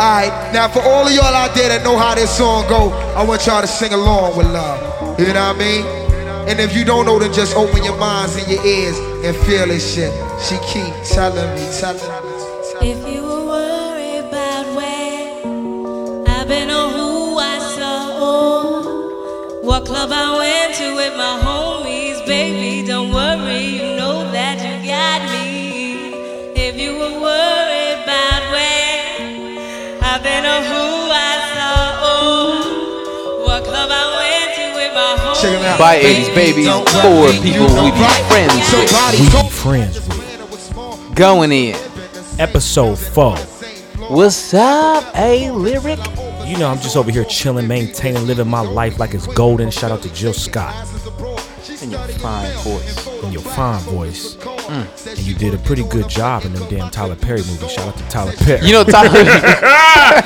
Alright, now for all of y'all out there that know how this song go, I want y'all to sing along with love. You know what I mean? And if you don't know, then just open your minds and your ears and feel this shit. She keep telling me, telling me. If you were worried about where I've been or who I saw or what club I went to with my homies, baby, don't worry, you know that you got me. If you were worried about where I've been or who I saw or what club I went to with my homies, Check it out. By 80s baby, Don't four worry, you people know we be right. friends with. Somebody We go- be friends with Going in. episode four. What's up, A Lyric? You know, I'm just over here chilling, maintaining, living my life like it's golden. Shout out to Jill Scott In your fine voice. in your fine voice. And you did a pretty good job in them damn Tyler Perry movies. Shout out to Tyler Perry. You know, Tyler,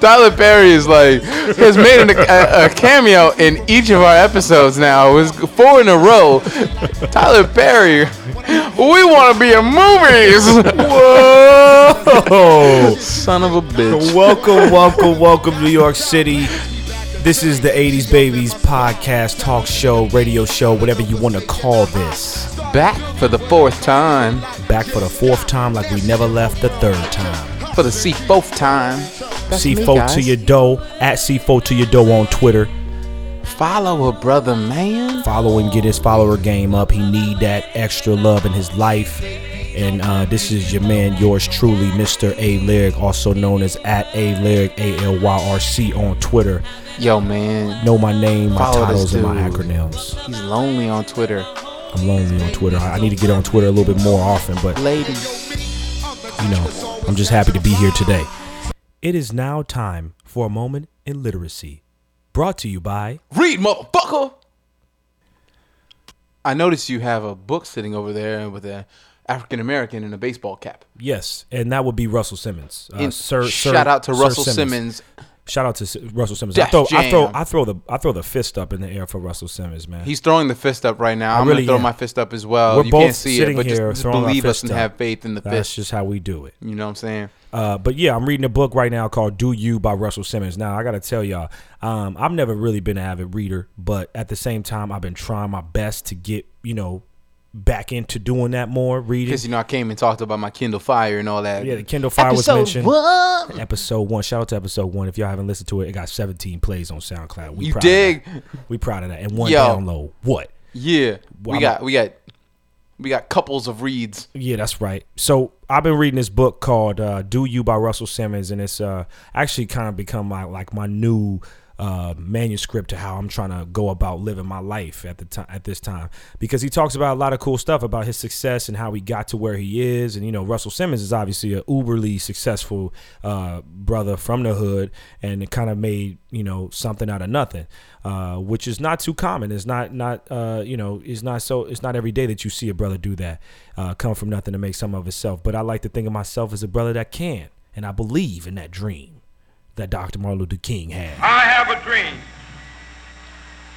Tyler Perry is like, has made an, a, a cameo in each of our episodes now. It was four in a row. Tyler Perry, we want to be in movies. Whoa. know, Son of a bitch. welcome, welcome, welcome, New York City. This is the 80s Babies podcast, talk show, radio show, whatever you want to call this. Back for the fourth time. Back for the fourth time, like we never left the third time. For the see fourth time. That's me, C4 to guys. your dough, at C4 to your dough on Twitter. Follow a brother, man. follow him, get his follower game up. He need that extra love in his life. And uh, this is your man, yours truly, Mr. A Lyric, also known as at A Lyric A L Y R C on Twitter. Yo, man. Know my name, my Follow this titles, and my dude. acronyms. He's lonely on Twitter. I'm lonely on Twitter. I I need to get on Twitter a little bit more often, but Ladies. you know, I'm just happy to be here today. It is now time for a moment in literacy, brought to you by. Read, motherfucker. I noticed you have a book sitting over there with an African American in a baseball cap. Yes, and that would be Russell Simmons. Uh, And Sir, Sir- shout out to Sir Russell Simmons. Shout out to S- Russell Simmons. I Def throw, I throw, Jam. I throw the, I throw the fist up in the air for Russell Simmons, man. He's throwing the fist up right now. I I'm really gonna throw am. my fist up as well. We're you both can't see it, sitting but just, here just throwing our believe us fist and up. have faith in the That's fist. just how we do it. You know what I'm saying? Uh, but yeah, I'm reading a book right now called "Do You" by Russell Simmons. Now I gotta tell y'all, um, I've never really been an avid reader, but at the same time, I've been trying my best to get you know back into doing that more reading. Because you know I came and talked about my Kindle Fire and all that. Yeah, the Kindle Fire Episode was mentioned. one. Episode one. Shout out to episode one. If y'all haven't listened to it, it got 17 plays on SoundCloud. We You proud dig? Of that. We proud of that. And one Yo. download. What? Yeah, I'm- we got we got we got couples of reads. Yeah, that's right. So I've been reading this book called uh, "Do You" by Russell Simmons, and it's uh, actually kind of become my like my new uh, manuscript to how I'm trying to go about living my life at the time at this time because he talks about a lot of cool stuff about his success and how he got to where he is, and you know Russell Simmons is obviously a uberly successful uh, brother from the hood, and it kind of made you know something out of nothing, uh, which is not too common. It's not not uh, you know it's not so it's not every day that you see a brother do that, uh, come from nothing to make something of itself. But I like to think of myself as a brother that can, and I believe in that dream that Dr. Martin Luther King had. I have a dream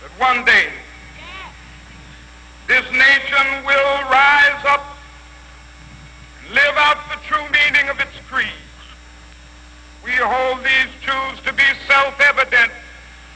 that one day this nation will rise up and live out the true meaning of its creed. We hold these truths to be self-evident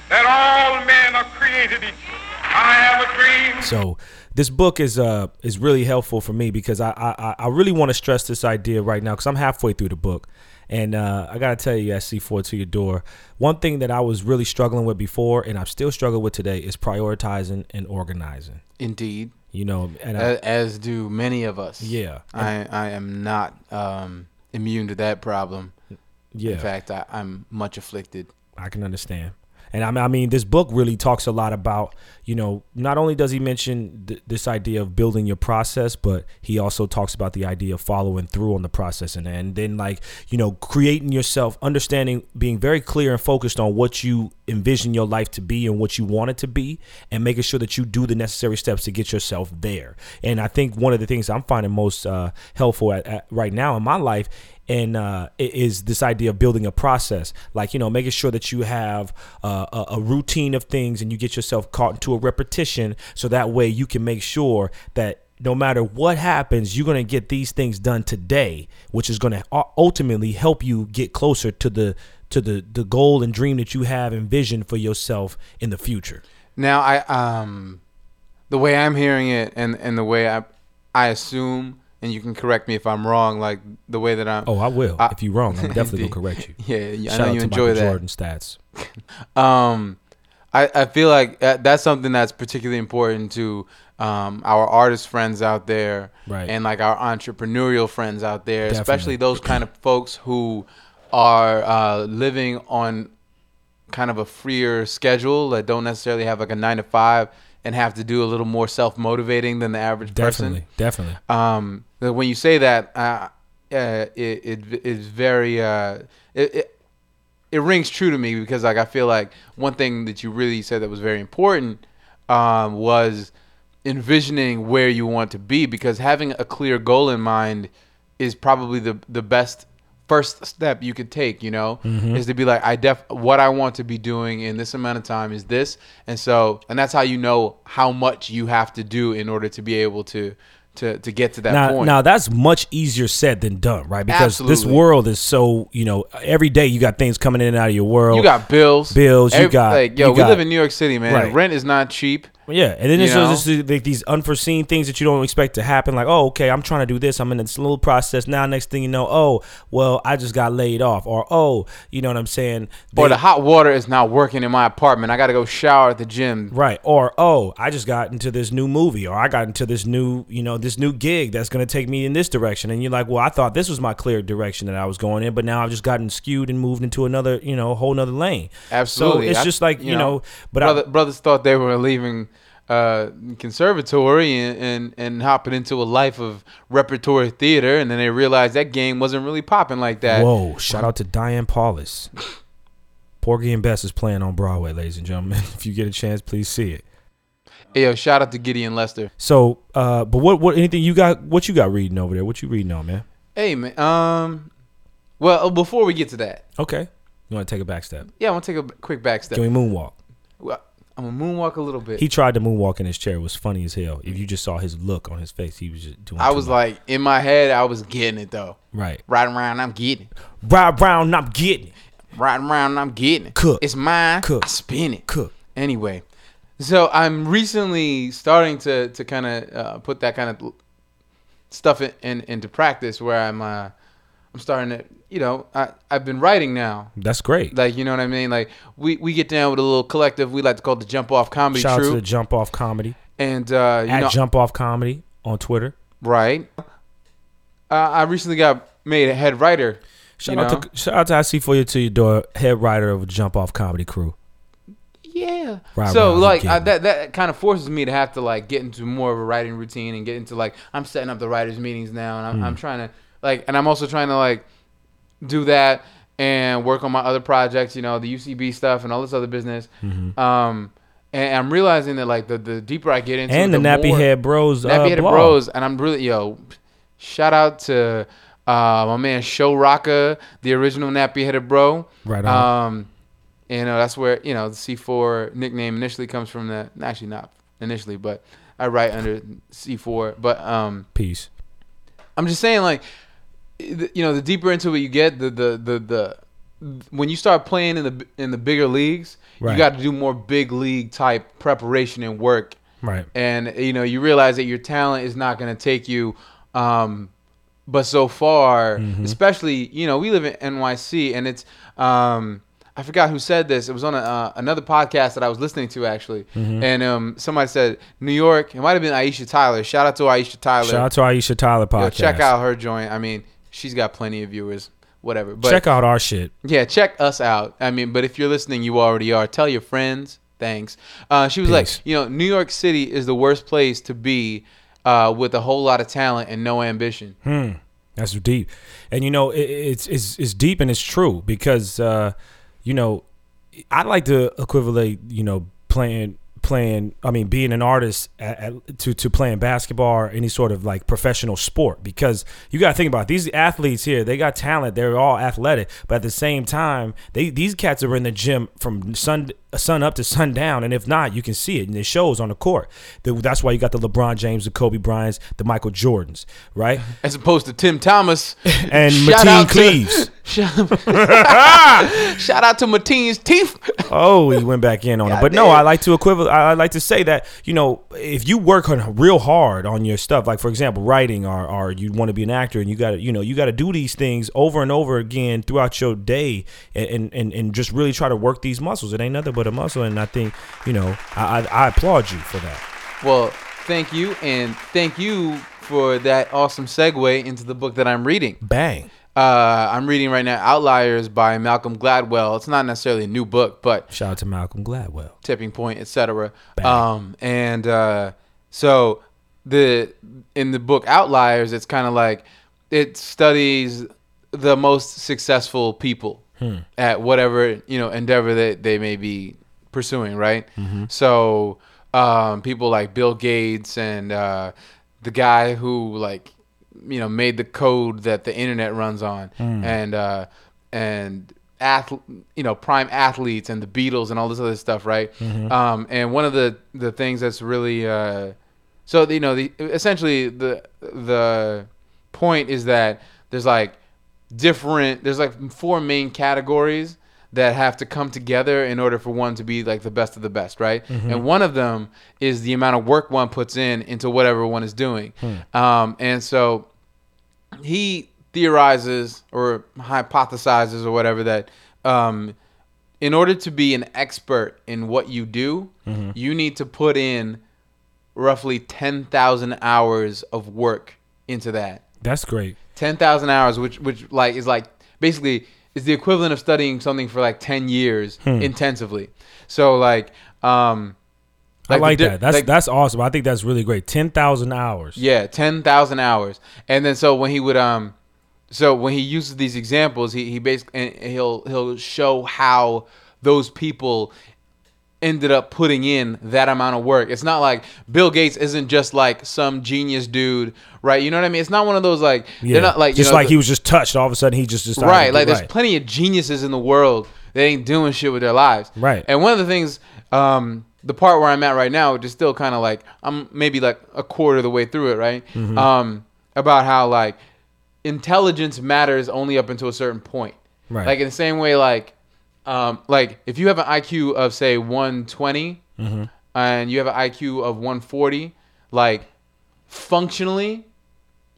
that all men are created equal. I have a dream. So this book is uh is really helpful for me because I I, I- I really want to stress this idea right now because I'm halfway through the book. And uh, I gotta tell you, at C4 to your door, one thing that I was really struggling with before, and I'm still struggling with today, is prioritizing and organizing. Indeed, You know, and I, as, as do many of us. Yeah. I I am not um, immune to that problem. In yeah, fact, I, I'm much afflicted. I can understand. And I mean, I mean, this book really talks a lot about, you know, not only does he mention th- this idea of building your process, but he also talks about the idea of following through on the process and, and then, like, you know, creating yourself, understanding, being very clear and focused on what you envision your life to be and what you want it to be, and making sure that you do the necessary steps to get yourself there. And I think one of the things I'm finding most uh, helpful at, at right now in my life and uh, i- is this idea of building a process, like you know, making sure that you have uh, a, a routine of things and you get yourself caught into a repetition, so that way you can make sure that no matter what happens, you're going to get these things done today, which is going to ultimately help you get closer to the to the the goal and dream that you have envisioned for yourself in the future. Now I um the way I'm hearing it and and the way I I assume and you can correct me if I'm wrong like the way that I'm Oh, I will. if you're wrong, I'm definitely going to correct you. yeah, yeah I Shout know out you to enjoy Michael that. Jordan stats. Um, I, I feel like that, that's something that's particularly important to um, our artist friends out there, Right. And like our entrepreneurial friends out there, Definitely. especially those kind of folks who are uh, living on kind of a freer schedule that don't necessarily have like a nine to five and have to do a little more self motivating than the average person Definitely, definitely. um, that when you say that, uh, uh, it, it is very uh, it, it it rings true to me because like I feel like one thing that you really said that was very important um, was envisioning where you want to be because having a clear goal in mind is probably the the best first step you could take you know Mm-hmm. is to be like i def what i want to be doing in this amount of time is this and so and that's how you know how much you have to do in order to be able to to to get to that now, point now that's much easier said than done, right? Because this Absolutely. world is so you know every day you got things coming in and out of your world. you got bills bills, you got- like yo you we got- live in new york city man Right. rent is not cheap Yeah, and then You it's know? just it's like these unforeseen things that you don't expect to happen. Like, oh, okay, I'm trying to do this. I'm in this little process now. Next thing you know, oh, well, I just got laid off, or oh, you know what I'm saying? or They- the hot water is not working in my apartment i gotta go shower at the gym Right. Or oh, I just got into this new movie, or I got into this new, you know, this new gig that's going to take me in this direction. And you're like, well, I thought this was my clear direction that I was going in, but now I've just gotten skewed and moved into another, you know, whole nother lane. Absolutely. So it's I- just like you, know, but brother, I, brothers thought they were leaving uh, conservatory and, and and hopping into a life of repertory theater, and then they realized that game wasn't really popping like that. whoa! Shout out to Diane Paulus. Porgy and Bess is playing on Broadway, ladies and gentlemen. If you get a chance, please see it. Hey, yo, shout out to Gideon Lester. So, uh, but what, what, anything you got? What you got reading over there? What you reading on, man? Hey man, um, well before we get to that, Okay, you want to take a back step? yeah, I want to take a quick back step. Can we moonwalk? Well, I'm gonna moonwalk a little bit. He tried to moonwalk in his chair. It was funny as hell. If you just saw his look on his face, he was just doing. I too was much. like, in my head, I was getting it though. right, Riding around, I'm getting it. Rob Brown, I'm getting it. Riding around, I'm getting it. Cook. It's mine. Cook. I spin it. Cook. Anyway, so I'm recently starting to to kind of uh, put that kind of stuff in, in into practice where I'm uh, I'm starting to you know I I've been writing now That's great. like you know what I mean like we we get down with a little collective we like to call it the jump off comedy Shout out to troop the Jump Off Comedy and uh, you at know Jump Off Comedy on Twitter. right uh, I recently got made a head writer Shout you know? out to shout out to I see for you to your door head writer of Jump Off Comedy Crew. Yeah. Right, so right, you like I, kidding. that that kind of forces me to have to like get into more of a writing routine and get into like I'm setting up the writers meetings now and I'm, Hmm. I'm trying to like and I'm also trying to like do that and work on my other projects, you know, the UCB stuff and all this other business. Mm-hmm. Um and I'm realizing that like the, the deeper I get into And it, the Nappy more- Head Bros. uh, Nappy Head blog. Bros. And I'm really yo, shout out to uh, my man Show Rocka, the original Nappy Headed Bro. Right on. Um, and uh, that's where you know the C4 nickname initially comes from. That actually not initially, but I write under C4. But um, Peace. I'm just saying, like, th- you know, the deeper into it you get, the the the the when you start playing in the in the bigger leagues, Right. you got to do more big league type preparation and work. Right. And you know, you realize that your talent is not going to take you. Um, but so far, Mm-hmm. especially you know, we live in NYC, and it's um, I forgot who said this. It was on a, uh, another podcast that I was listening to actually, Mm-hmm. and um, somebody said New York. It might have been Aisha Tyler. Shout out to Aisha Tyler. Shout out to Aisha Tyler podcast. Yo, check out her joint. I mean, she's got plenty of viewers. Whatever. But check out our shit. yeah, check us out. I mean, but if you're listening, you already are. Tell your friends. Thanks. Uh, she was Peace. like, you know, New York City is the worst place to be uh, with a whole lot of talent and no ambition. Hmm. That's deep, and you know it, it's it's it's deep and it's true because uh, you know I like to equivalent you know playing playing I mean being an artist at, at, to to playing basketball or any sort of like professional sport because you got to think about it. these athletes here they got talent they're all athletic but at the same time they these cats are in the gym from sun sun up to sundown, and if not, you can see it, and it shows on the court. Th- That's why you got the LeBron James, the Kobe Bryants, the Michael Jordans, right? As opposed to Tim Thomas And Shout Mateen out to- Cleaves. Shout out to Mateen's teeth. Oh, he went back in on it. But no, damn. I like to equivalent. I I like to say that you know, if you work on real hard on your stuff, like for example, writing, or, or you want to be an actor, and you got to you know you got to do these things over and over again throughout your day, and, and and and just really try to work these muscles. It ain't nothing but a muscle, and I think you know I I, I applaud you for that. Well, thank you, and thank you for that awesome segue into the book that I'm reading. Bang. Uh, I'm reading right now Outliers by Malcolm Gladwell. It's not necessarily a new book, but Shout out to Malcolm Gladwell. tipping point, etc. Um, and uh, so the in the book Outliers, it's kind of like it studies the most successful people at whatever you know endeavor that they may be pursuing, right? So um, people like Bill Gates and uh, the guy who like you know made the code that the internet runs on and uh and ath- you know prime athletes and the beatles and all this other stuff right um and one of the the things that's really uh so you know the essentially the the point is that there's like different there's like four main categories that have to come together in order for one to be like the best of the best, right? And one of them is the amount of work one puts in into whatever one is doing. Um, and so he theorizes or hypothesizes or whatever that um, in order to be an expert in what you do, you need to put in roughly 10,000 hours of work into that. That's great. Ten thousand hours, which which like is like basically is the equivalent of studying something for like ten years Hmm. intensively. So like, um, I like the di- that. That's like- that's awesome. I think that's really great. Ten thousand hours. yeah, ten thousand hours. And then so when he would um, so when he uses these examples, he he basically and he'll he'll show how those people ended up putting in that amount of work. It's not like Bill Gates isn't just like some genius dude, right? You know what I mean? It's not one of those like Yeah. they're not like you just know, like the- he was just touched. All of a sudden, he just decided. right to- like there's plenty of geniuses in the world that ain't doing shit with their lives Right. and one of the things um the part where i'm at right now which is still kind of like i'm maybe like a quarter of the way through it right Mm-hmm. um about how like intelligence matters only up until a certain point Right. like in the same way like um like if you have an iq of say 120 Mm-hmm. and you have an iq of 140 like functionally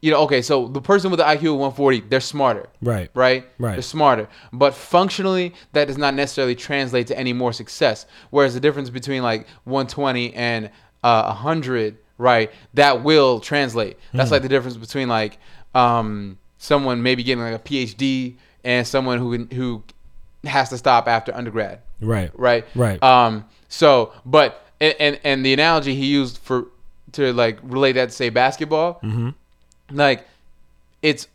you know okay so the person with the iq of 140 they're smarter Right. right? Right. They're smarter. But functionally, that does not necessarily translate to any more success. Whereas the difference between like 120 and uh, 100, right? That will translate. That's like the difference between like um, someone maybe getting like a PhD and someone who who has to stop after undergrad Right. right? Right. Um. So, but and and, and the analogy he used for to like relate that to say basketball, Mm-hmm. like it's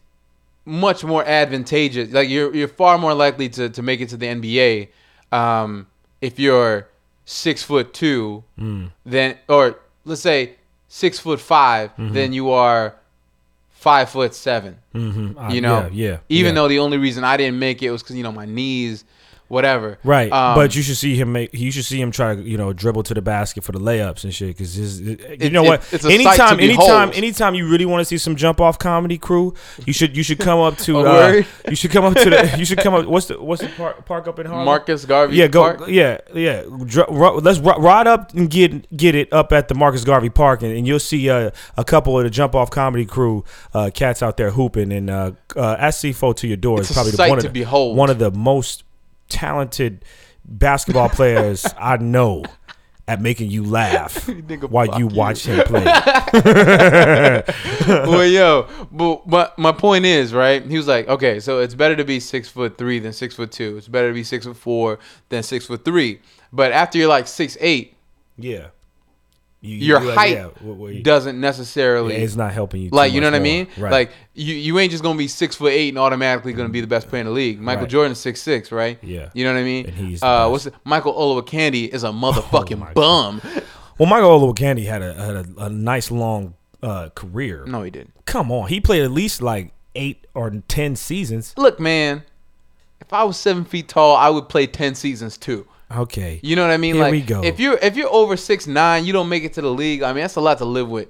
much more advantageous. Like you're you're far more likely to to make it to the NBA, um, if you're six foot two, Mm. then or let's say six foot 5 Mm-hmm. then you are five foot 7 Uh, You know, Yeah. yeah Even yeah. though the only reason I didn't make it was because you know my knees, whatever. Right, Um, but you should see him make. You should see him try to, you know, dribble to the basket for the layups and shit. Because you know it- what? it's a sight to anytime, behold. anytime, anytime you really want to see some jump off comedy crew, you should you should come up to. A Uh, word? you should come up to the. You should come up. What's the what's the park, park up in Harlem? Marcus Garvey. Yeah, go. Park? Yeah, yeah. Dr- ru- let's ru- ride up and get get it up at the Marcus Garvey Park, and, and you'll see uh, a couple of the jump off comedy crew uh, cats out there hooping. And uh, uh, SC4 to your door It's a is probably the- sight one of to the, behold. one of the most talented basketball players I know. At making you laugh while you watch him play. well, yo, but, but my point is, right? He was like, okay, so it's better to be six foot three than six foot two. It's better to be six foot four than six foot three. But after you're like six eight, yeah. You- you- your yeah, height what- what you- doesn't necessarily it's not helping you. too like you know much what I more. mean. Right. Like you, you ain't just gonna be six foot eight and automatically gonna be the best player in the league. Michael Right. Jordan's six six, right? Yeah. You know what I mean. And he's the uh, best. Oh what's it? Michael Olowokandi is a motherfucking my bum. well, Michael Olowokandi had a had a, a nice long uh, career. No, he didn't. Come on, he played at least like eight or ten seasons. Look, man, if I was seven feet tall, I would play ten seasons too. Okay. You know what I mean? Here like we go. if you if you're over six nine, you don't make it to the league. I mean, that's a lot to live with.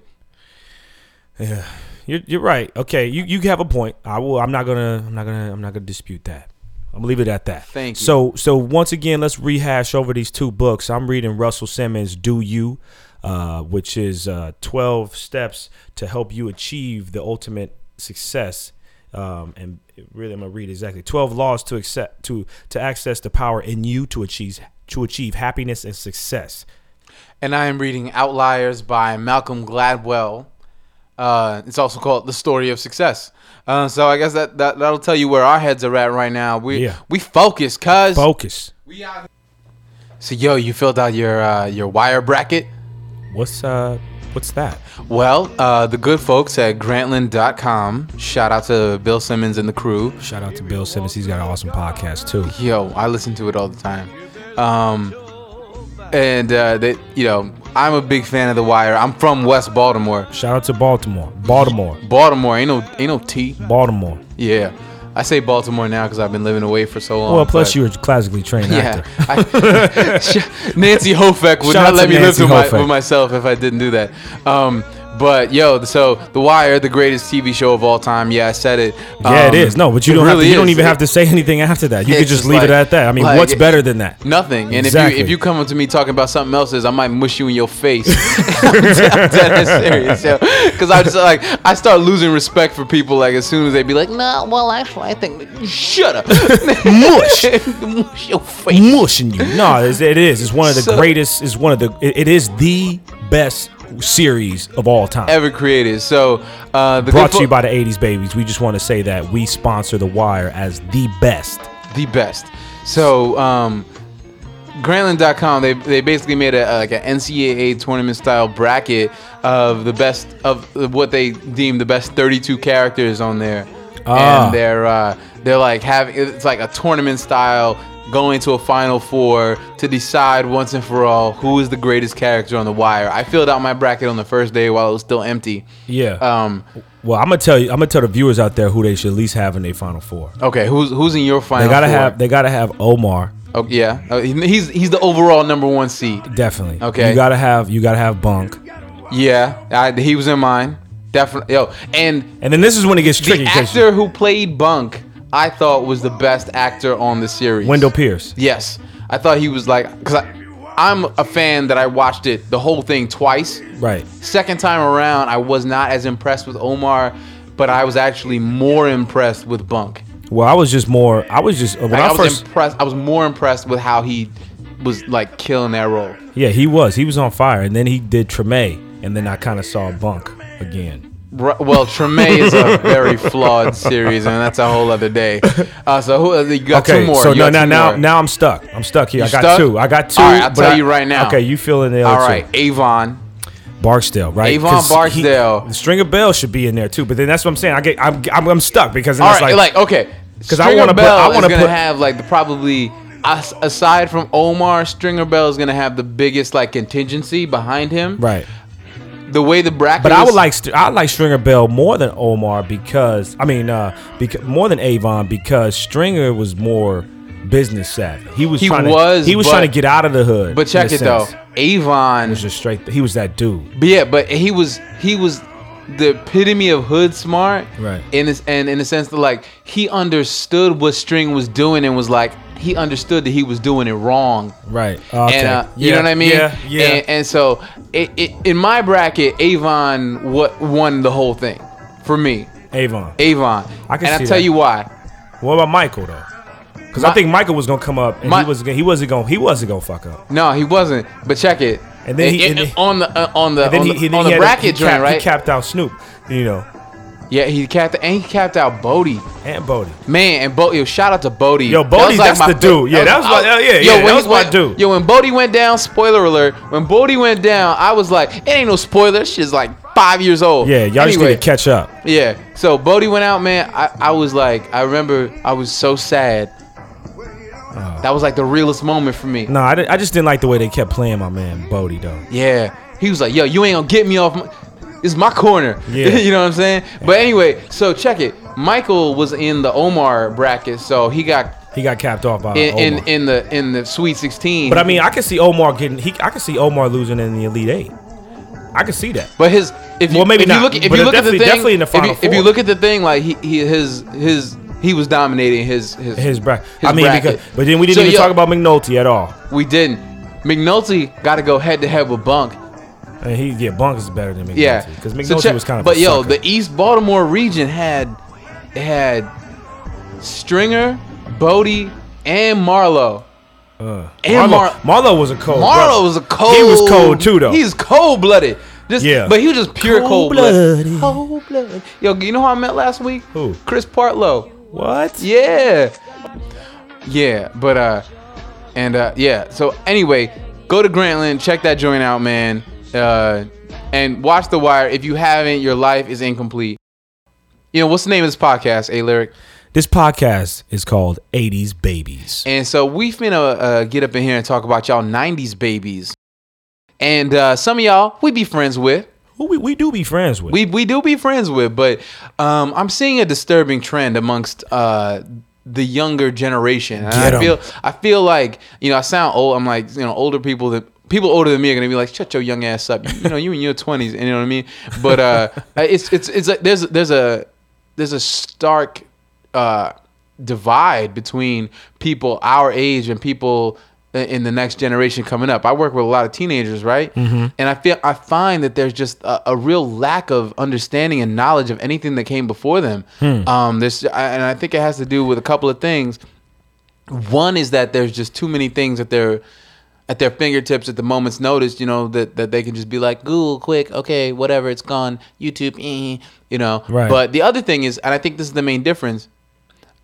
Yeah, you're, you're right. Okay, you, you have a point. I will. I'm not gonna. I'm not gonna. I'm not gonna dispute that. I'm gonna leave it at that. Thank you. So so once again, let's rehash over these two books. I'm reading Russell Simmons' "Do You," uh, which is uh, 12 steps to help you achieve the ultimate success. Um, and really, I'm gonna read exactly 12 laws to accept to to access the power in you to achieve to achieve happiness and success. And I am reading Outliers by Malcolm Gladwell. Uh, it's also called The Story of Success. Uh, so I guess that, that that'll tell you where our heads are at right now. We Yeah. we focus, cuz. Focus. so yo, you filled out your uh, your wire bracket. What's uh What's that? Well, uh, the good folks at Grantland.com. Shout out to Bill Simmons and the crew. Shout out to Bill Simmons. He's got an awesome podcast too. Yo, I listen to it all the time. Um, and uh, they, you know, I'm a big fan of The Wire. I'm from West Baltimore. Shout out to Baltimore. Baltimore. Baltimore ain't no ain't no T. Baltimore. Yeah, I say Baltimore now because I've been living away for so long. Well, plus but- you're a classically trained Yeah, actor. I, Sh- Nancy Hofek would Shout out not let to me Nancy live with, Hofek. my, with myself if I didn't do that. Um, but yo, so The Wire, the greatest TV show of all time. Yeah, I said it. Yeah, it Um, is. No, but you it don't. have really to, you don't is. even It- have to say anything after that. You it's could just just leave it like- at that. I mean, like what's it- better than that? Nothing. And Exactly. if you if you come up to me talking about something else, is I might mush you in your face. I'm dead- I'm dead serious, Because I just like I start losing respect for people. Like as soon as they be like, "Nah, well, actually, I think that-" shut up, Mush. mush your face." Mushing you. No, it's, it is. It's one of the So- greatest. It's one of the. It, it is the best series of all time. Ever created. So uh, the Brought good to you fo- by the '80s Babies. We just want to say that we sponsor The Wire as the best. the best. So um, Grantland.com they they basically made a, a- like an NCAA tournament style bracket of the best of what they deem the best 32 characters on there, Ah. and they're uh, they're like having it's like a tournament style going to a final four to decide once and for all who is the greatest character on the wire. I filled out my bracket on the first day while it was still empty. Yeah. Um, well, I'm gonna tell you. I'm gonna tell the viewers out there who they should at least have in their final four. okay, who's who's in your final? They gotta four? have. They gotta have Omar. Oh, yeah, Uh, he- he's he's the overall number one seed. Definitely. Okay. You gotta have you gotta have bunk. Yeah, I, he was in mine. Definitely. Yo, and And then this is when it gets the tricky. 'cause actor who played Bunk, I thought was the best actor on the series. Wendell Pierce. Yes, I thought he was like because I'm a fan that I watched it the whole thing twice. Right. Second time around, I was not as impressed with Omar, but I was actually more impressed with Bunk. Well, I was just more. I was just when Like, I, I was first. impressed. I was more impressed with how he was like killing that role. yeah, he was. He was on fire, and then he did Treme, and then I kind of saw bunk again. Ru- Well, Treme is a very flawed series, and that's a whole other day. Uh, so who, uh, you got two more. so you got now now two now, more. now I'm stuck. I'm stuck here. You I got stuck? two. I got two. All right, I'll but tell I- you right now. Okay, you fill in the other all right, two. Avon. Barksdale, right? Avon 'Cause he- Barksdale. the Stringer Bell should be in there too, but then that's what I'm saying. I get. I'm. I'm, I'm stuck because then All it's right, like, like, okay, 'Cause I Stringer wanna put- Bell I wanna is gonna put- have like the probably as- aside from Omar, Stringer Bell is gonna have the biggest like contingency behind him. right. The way the bracket. But I is- would like St- I like Stringer Bell more than Omar because I mean uh because more than Avon because Stringer was more business savvy. He was He trying was, to, he was but- trying to get out of the hood. But check it though, Avon. He was just straight. He was that dude. But yeah, but he was he was the epitome of hood smart, Right. In this and in the sense that like he understood what String was doing and was like he understood that he was doing it wrong. Right. Okay. And uh, you Yeah, know what I mean? Yeah. Yeah. And, and so it, it, in my bracket, Avon what won the whole thing for me. Avon. Avon. I can and see I tell that. you why. what about Michael though? Because I My- think Michael was gonna come up and My- he was he wasn't gonna he wasn't gonna fuck up. No, he wasn't. But check it. And then he- It- and it- then- on the uh, on the And then on he, the, he, then on he the had a- he bracket joint, capped- right? He capped out Snoop, you know, yeah, he capped and he capped out Bodie. and Bodie. Man, and Bo, yo, shout out to Bodie. Yo, That Bodie, was that's the dude. Yeah, that was my- yeah, yeah, that was he- my dude. Yo, when Bodie went down, spoiler alert, when Bodie went down, I was like, it ain't no spoiler. This Shit's like five years old. Yeah, y'all just need to catch up. Yeah, so Bodie went out, man. I, I was like, I remember I was so sad. Oh. That was like the realest moment for me. No, I, di- I just didn't like the way they kept playing my man Bodie though. Yeah. He was like, yo, you ain't gonna get me off my it's my corner. Yeah. you know what I'm saying? But anyway, so check it. Michael was in the Omar bracket, so he got He got capped off by in, Omar. in in the in the Sweet 16. Uh, but I mean, I can see Omar getting. He, I can see Omar losing in the Elite Eight. I can see that. But his if you, Well, maybe if not, you look if but you look at the definitely- thing definitely in the if you- Final if you Four. look at the thing like he, he his his he was dominating his his His bracket. his I mean, bracket. because but then we didn't So, even yo, talk about McNulty at all. we didn't. McNulty got to go head to head with Bunk. And he yeah, Bunk is better than McNulty. Yeah, because So McNulty check- was kind of. But a yo, sucker. the East Baltimore region had had Stringer, Bodie, and Marlowe. and Mar- Uh, Marlo, Marlo was a cold. Marlowe brother. was a cold. He was cold too, though. He's cold blooded. Just, Yeah. but he was just pure cold blooded. Cold blooded. Yo, you know who I met last week? Who? Chris Partlow. what? Yeah. Yeah, but uh and uh yeah, so anyway, go to Grantland, check that joint out, man. Uh and watch The Wire. If you haven't, your life is incomplete. You know, what's the name of this podcast, A Lyric? This podcast is called '80s Babies. And so we finna uh, get up in here and talk about y'all 90s babies. And uh, some of y'all we be friends with. Who we, we do be friends with? we we do be friends with, but um, I'm seeing a disturbing trend amongst uh, the younger generation. And Get I 'em. feel I feel like you know I sound old. I'm like you know older people that. People older than me are gonna be like, "Shut your young ass up!" You know, you in your twenties, you know what I mean. But uh, it's it's it's like there's there's a there's a stark uh, divide between people our age and people in the next generation coming up. I work with a lot of teenagers, right? Mm-hmm. And I feel I find that there's just a, a real lack of understanding and knowledge of anything that came before them. Hmm. Um, this I, and I think it has to do with a couple of things. One is that there's just too many things that they're at their fingertips at the moment's notice, you know, that, that they can just be like, Google, quick, okay, whatever, it's gone, YouTube, eh, you know. Right. But the other thing is, and I think this is the main difference.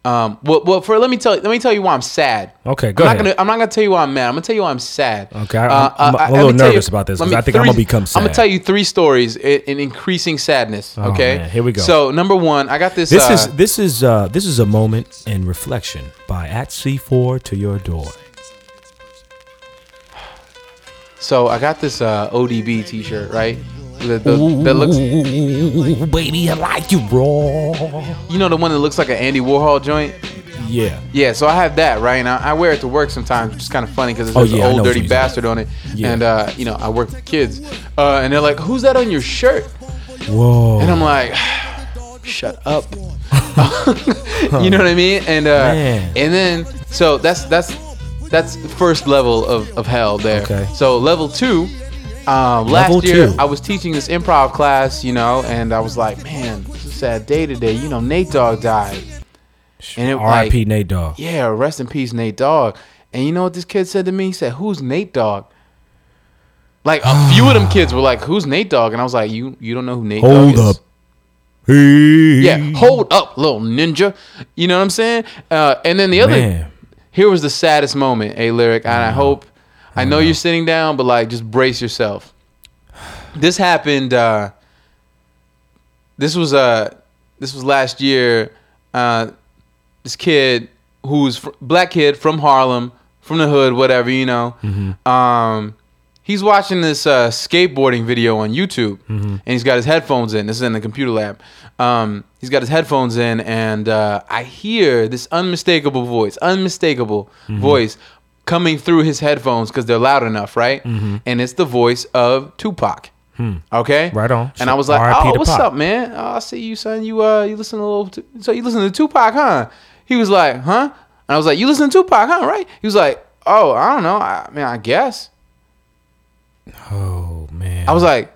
Um, well, well, for let me tell let me tell you why I'm sad. Okay, go I'm ahead. Not gonna, I'm not gonna tell you why I'm mad. I'm gonna tell you why I'm sad. Uh, Okay, I- I'm- I'm a let little me tell nervous about this let 'cause me I think I'm gonna become I'm gonna sad. tell you three stories in, in increasing sadness. Oh, Okay, man, here we go. So number one, I got this. This uh, is this is uh, this is a moment in reflection by at C4 to your door. So I got this uh, ODB T-shirt, right? That, the, that looks, Ooh, baby, I like you raw. you know, the one that looks like an Andy Warhol joint. Yeah, Yeah, so I have that right, and I, I wear it to work sometimes, which is kind of funny because it Oh, says yeah, I know "old what dirty you mean. bastard" on it, Yeah. and uh, you know I work with kids, uh, and they're like, "Who's that on your shirt?" whoa. And I'm like, shut up. you know what I mean? And uh, Man. and then so that's that's that's the first level of, of hell there. Okay. So level two, um, last Level year two. I was teaching this improv class, you know, and I was like, man, this is a sad day today. You know, Nate Dogg died. And it, R.I.P. like, Nate Dogg. Yeah, rest in peace, Nate Dogg. And you know what this kid said to me? He said, "Who's Nate Dogg?" Like a few of them kids were like, "Who's Nate Dogg?" And I was like, "You you don't know who Nate Dogg Hold is?" up. Hey. Yeah, hold up, little ninja. You know what I'm saying? Uh, and then the other, Man. here was the saddest moment, a lyric, and I hope, I know you're sitting down, but like, just brace yourself. This happened. Uh, this was uh, this was last year. Uh, this kid who's fr- black kid from Harlem, from the hood, whatever you know. Mm-hmm. Um, he's watching this uh, skateboarding video on YouTube, Mm-hmm. and he's got his headphones in. This is in the computer lab. Um, he's got his headphones in, and uh, I hear this unmistakable voice, unmistakable Mm-hmm. voice coming through his headphones because they're loud enough, right? Mm-hmm. And it's the voice of Tupac. Okay. Hmm. Right on. And I was like, R.I.P. "Oh, to what's Pac." up, man? Oh, I see you, son. You uh, you listen to a little. Tu- so you listen to Tupac, huh? He was like, huh? And I was like, you listen to Tupac, huh? Right? He was like, oh, I don't know. I, I mean, I guess. Oh man. I was like,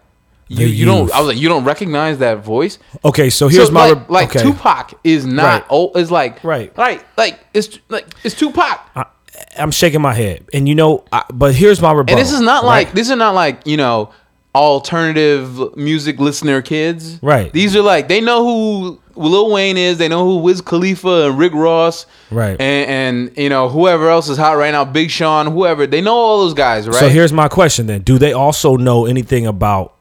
you you don't. youth. I was like, you don't recognize that voice. okay, so here's so, my like, re- like okay. Tupac is not Right. old. Is like Right. right, like it's like it's Tupac. I, I'm shaking my head, and you know, I, but here's my rebuttal. And this is not right? like these are not like you know alternative music listener kids. Right. These are like they know who Lil Wayne is. They know who Wiz Khalifa and Rick Ross. Right. And, and you know whoever else is hot right now, Big Sean, whoever. They know all those guys, right? So here's my question then: Do they also know anything about?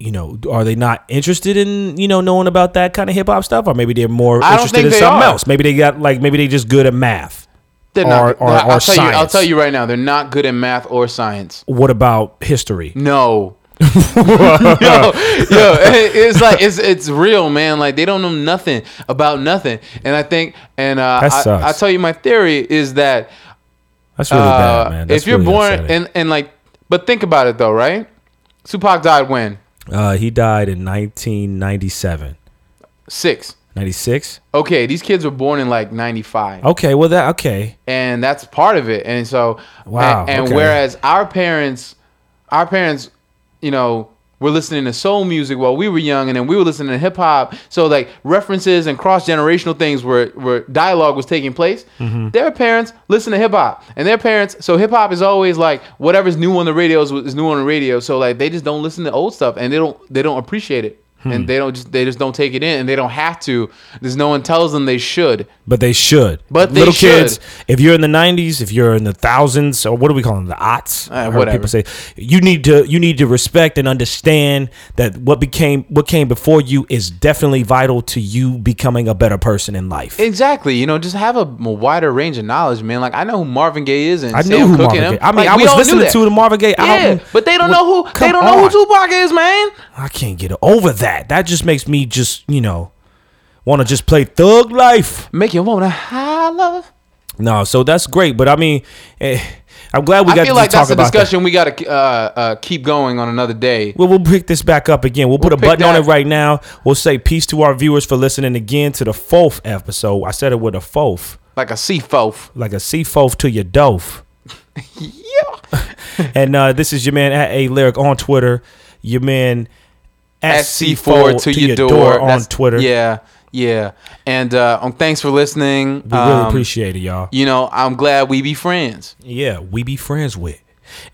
You know, are they not interested in you know knowing about that kind of hip hop stuff, or maybe they're more I don't interested think in they something are. else? Maybe they got like maybe they just good at math. they're are- not. are- I'll are tell you. I'll science. tell you right now. They're not good in math or science. What about history? No. yo, yo, it- it's like it's it's real, man. Like they don't know nothing about nothing, and I think, and uh, That I, sucks. I'll tell you my theory is that That's really uh, bad, man. That's if you're really born upsetting. and and like, but think about it though, right? Tupac died when uh, he died in 1997, six. 96. Okay, these kids were born in like '95. Okay, well that okay. and that's part of it. And so, Wow, And, and okay. whereas our parents, our parents, you know, were listening to soul music while we were young, and then we were listening to hip hop. So like references and cross generational things were were dialogue was taking place. Mm-hmm. Their parents listen to hip hop, and their parents. So hip hop is always like whatever's new on the radio is, is new on the radio. So like they just don't listen to old stuff, and they don't they don't appreciate it. Hmm. And they don't just they just don't take it in, and they don't have to. There's no one tells them they should. But they should. But they little should. kids, if you're in the '90s, if you're in the thousands, or what do we call them, the aughts? I heard Uh, whatever. People say you need to you need to respect and understand that what became what came before you is definitely vital to you becoming a better person in life. Exactly, you know, just have a, m- wider range of knowledge, man. Like I know who Marvin Gaye is, and I Sam knew who Cooke Marvin and him. Gaye. I mean, Like, I we was all knew listening that. to the Marvin Gaye Yeah, album. but they don't Well, know who they come don't know who on. Tupac is, man. I can't get over that. That just makes me just you know want to just play thug life. Make you wanna holler. No, so that's great, but I mean, eh, I'm glad we got I feel to like talk that's a about that. discussion we gotta uh, uh, keep going on another day. Well, we'll pick this back up again. We'll, put a pick button on that- it right now. We'll say peace to our viewers for listening again to the fourth episode. I said it with a fourth, Like a seafoam. like a sea fourth to your dof. Yeah. and uh, this is your man at a lyric on Twitter. Your man at SC four to, your door, on That's- Twitter. Yeah, yeah. And uh, um, thanks for listening. we really Um, appreciate it, y'all. You know, I'm glad we be friends. Yeah, we be friends with.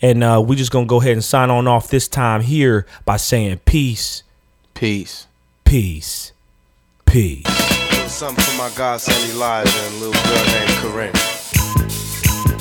And uh, we just gonna go ahead and sign on off this time here by saying peace, Peace. peace, peace. Something for my godson Elijah and a little girl named Corinne.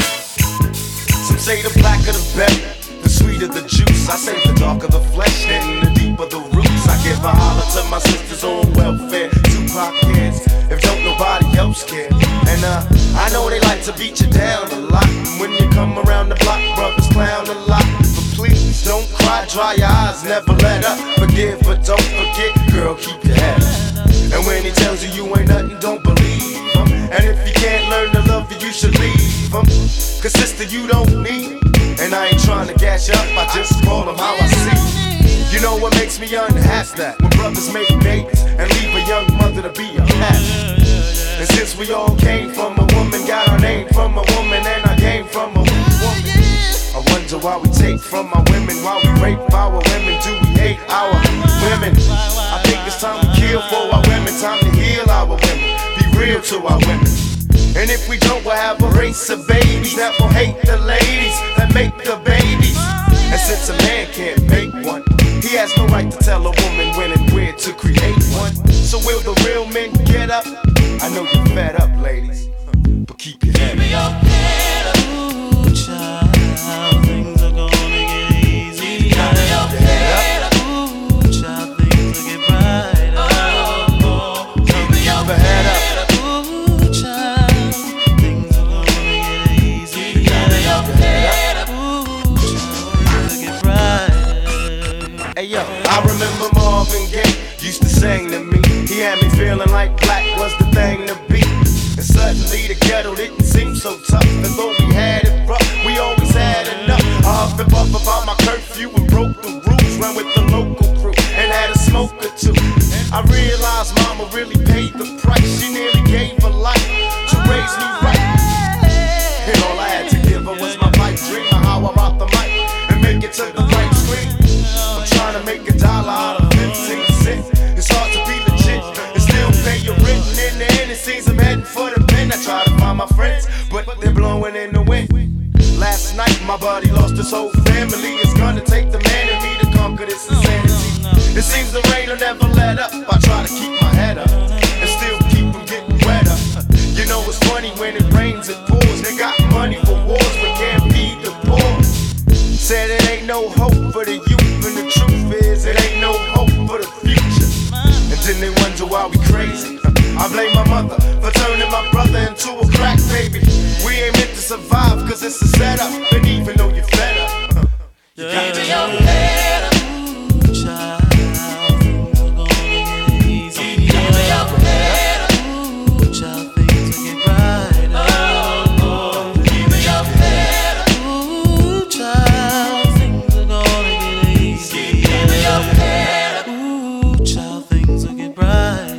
Some say the blacker the better, the sweeter the juice. I say the darker the flesh and the deeper the roots. I give a holler to my sisters on welfare. Tupac kids, if don't nobody else care. And uh, I know they like to beat you down a lot. When you come around the block, brothers clown a lot. But please don't cry, dry your eyes, never let up. Forgive but don't forget, girl, keep your head up. And when he tells you you ain't nothing, don't believe him. And if you can't learn to love you, you should leave him. Cause sister, you don't need. And I ain't trying to gas you up, I just call him how I see. You know what makes me unhappy? That when brothers make babies and leave a young mother to be a pastor. And since we all came from a woman, got our name from a woman, and I came from a woman. I wonder why we take from our women, why we rape our women, do we hate our women? I think it's time to kill for our women, time to heal our women, be real to our women. And if we don't, we'll have a race of babies that will hate the ladies that make the babies. And since a man can't make one, he has no right to tell a woman when and where to create one. So will the real men get up? I know you're fed up, ladies, but keep your head up. Keep your head up. Hey yo, I remember Marvin Gaye used to sing to me. He had me feeling like black was the thing to be. And suddenly the ghetto didn't seem so tough. And though we had it rough, we always had enough. I huffed and puffed about my curfew and broke the rules. Ran with the local crew and had a smoke or two. I realized mama really paid the price. She nearly gave her life to raise me right. And all I had to give her was my pipe dream of how I rock the mic and make it to the right screen. I'm trying to make a dollar out of 15 cents. It's hard to be legit and still pay your rent. And in the end, it seems I'm heading for the pen. I try to find my friends, but they're blowing in the wind. Last night, my buddy lost his whole family. It's gonna take the man in me to conquer this insanity. It seems the rain will never let up. I try to keep my head up and still keep from getting wetter. You know it's funny when it rains it pours. They got money for wars but can't feed the poor. Said it ain't no hope for the youth, and the truth is it ain't no hope for the future. And then they wonder why we crazy. I I blame my mother for turning my brother into a crack baby. We ain't meant to survive, cause it's a setup. And even though you're fed up, you got to know.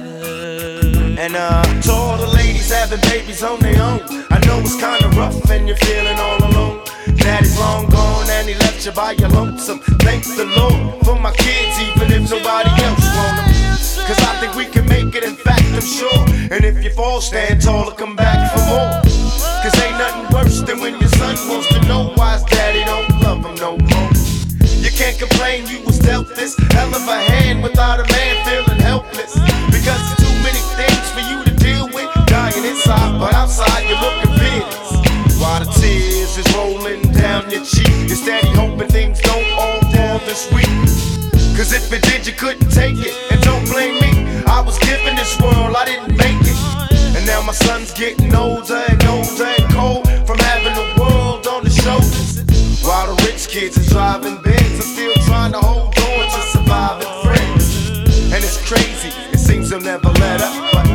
And uh, to all the ladies having babies on their own, I know it's kinda rough and you're feeling all alone. Daddy's long gone and he left you by your lonesome. Thank the Lord for my kids, even if nobody else want 'em. 'Cause Cause I think we can make it, in fact, I'm sure. And if you fall, stand tall to come back for more. Cause ain't nothing worse than when your son wants to know why his daddy don't love him no more. You can't complain you was dealt this hell of a hand without a man feeling helpless. Because there's too many things for you to deal with. Dying inside, but outside you're looking fierce. While the tears is rolling down your cheek, you're steady hoping things don't all fall this week. Cause if it did, you couldn't take it. And don't blame me, I was given this world, I didn't make it. And now my son's getting older and older and cold from having the world on his shoulders. While the rich kids are driving bins, I'm still trying to hold on to surviving friends. And it's crazy, it seems they'll never let up. But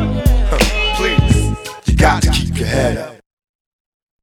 huh, please, you got to keep your head up.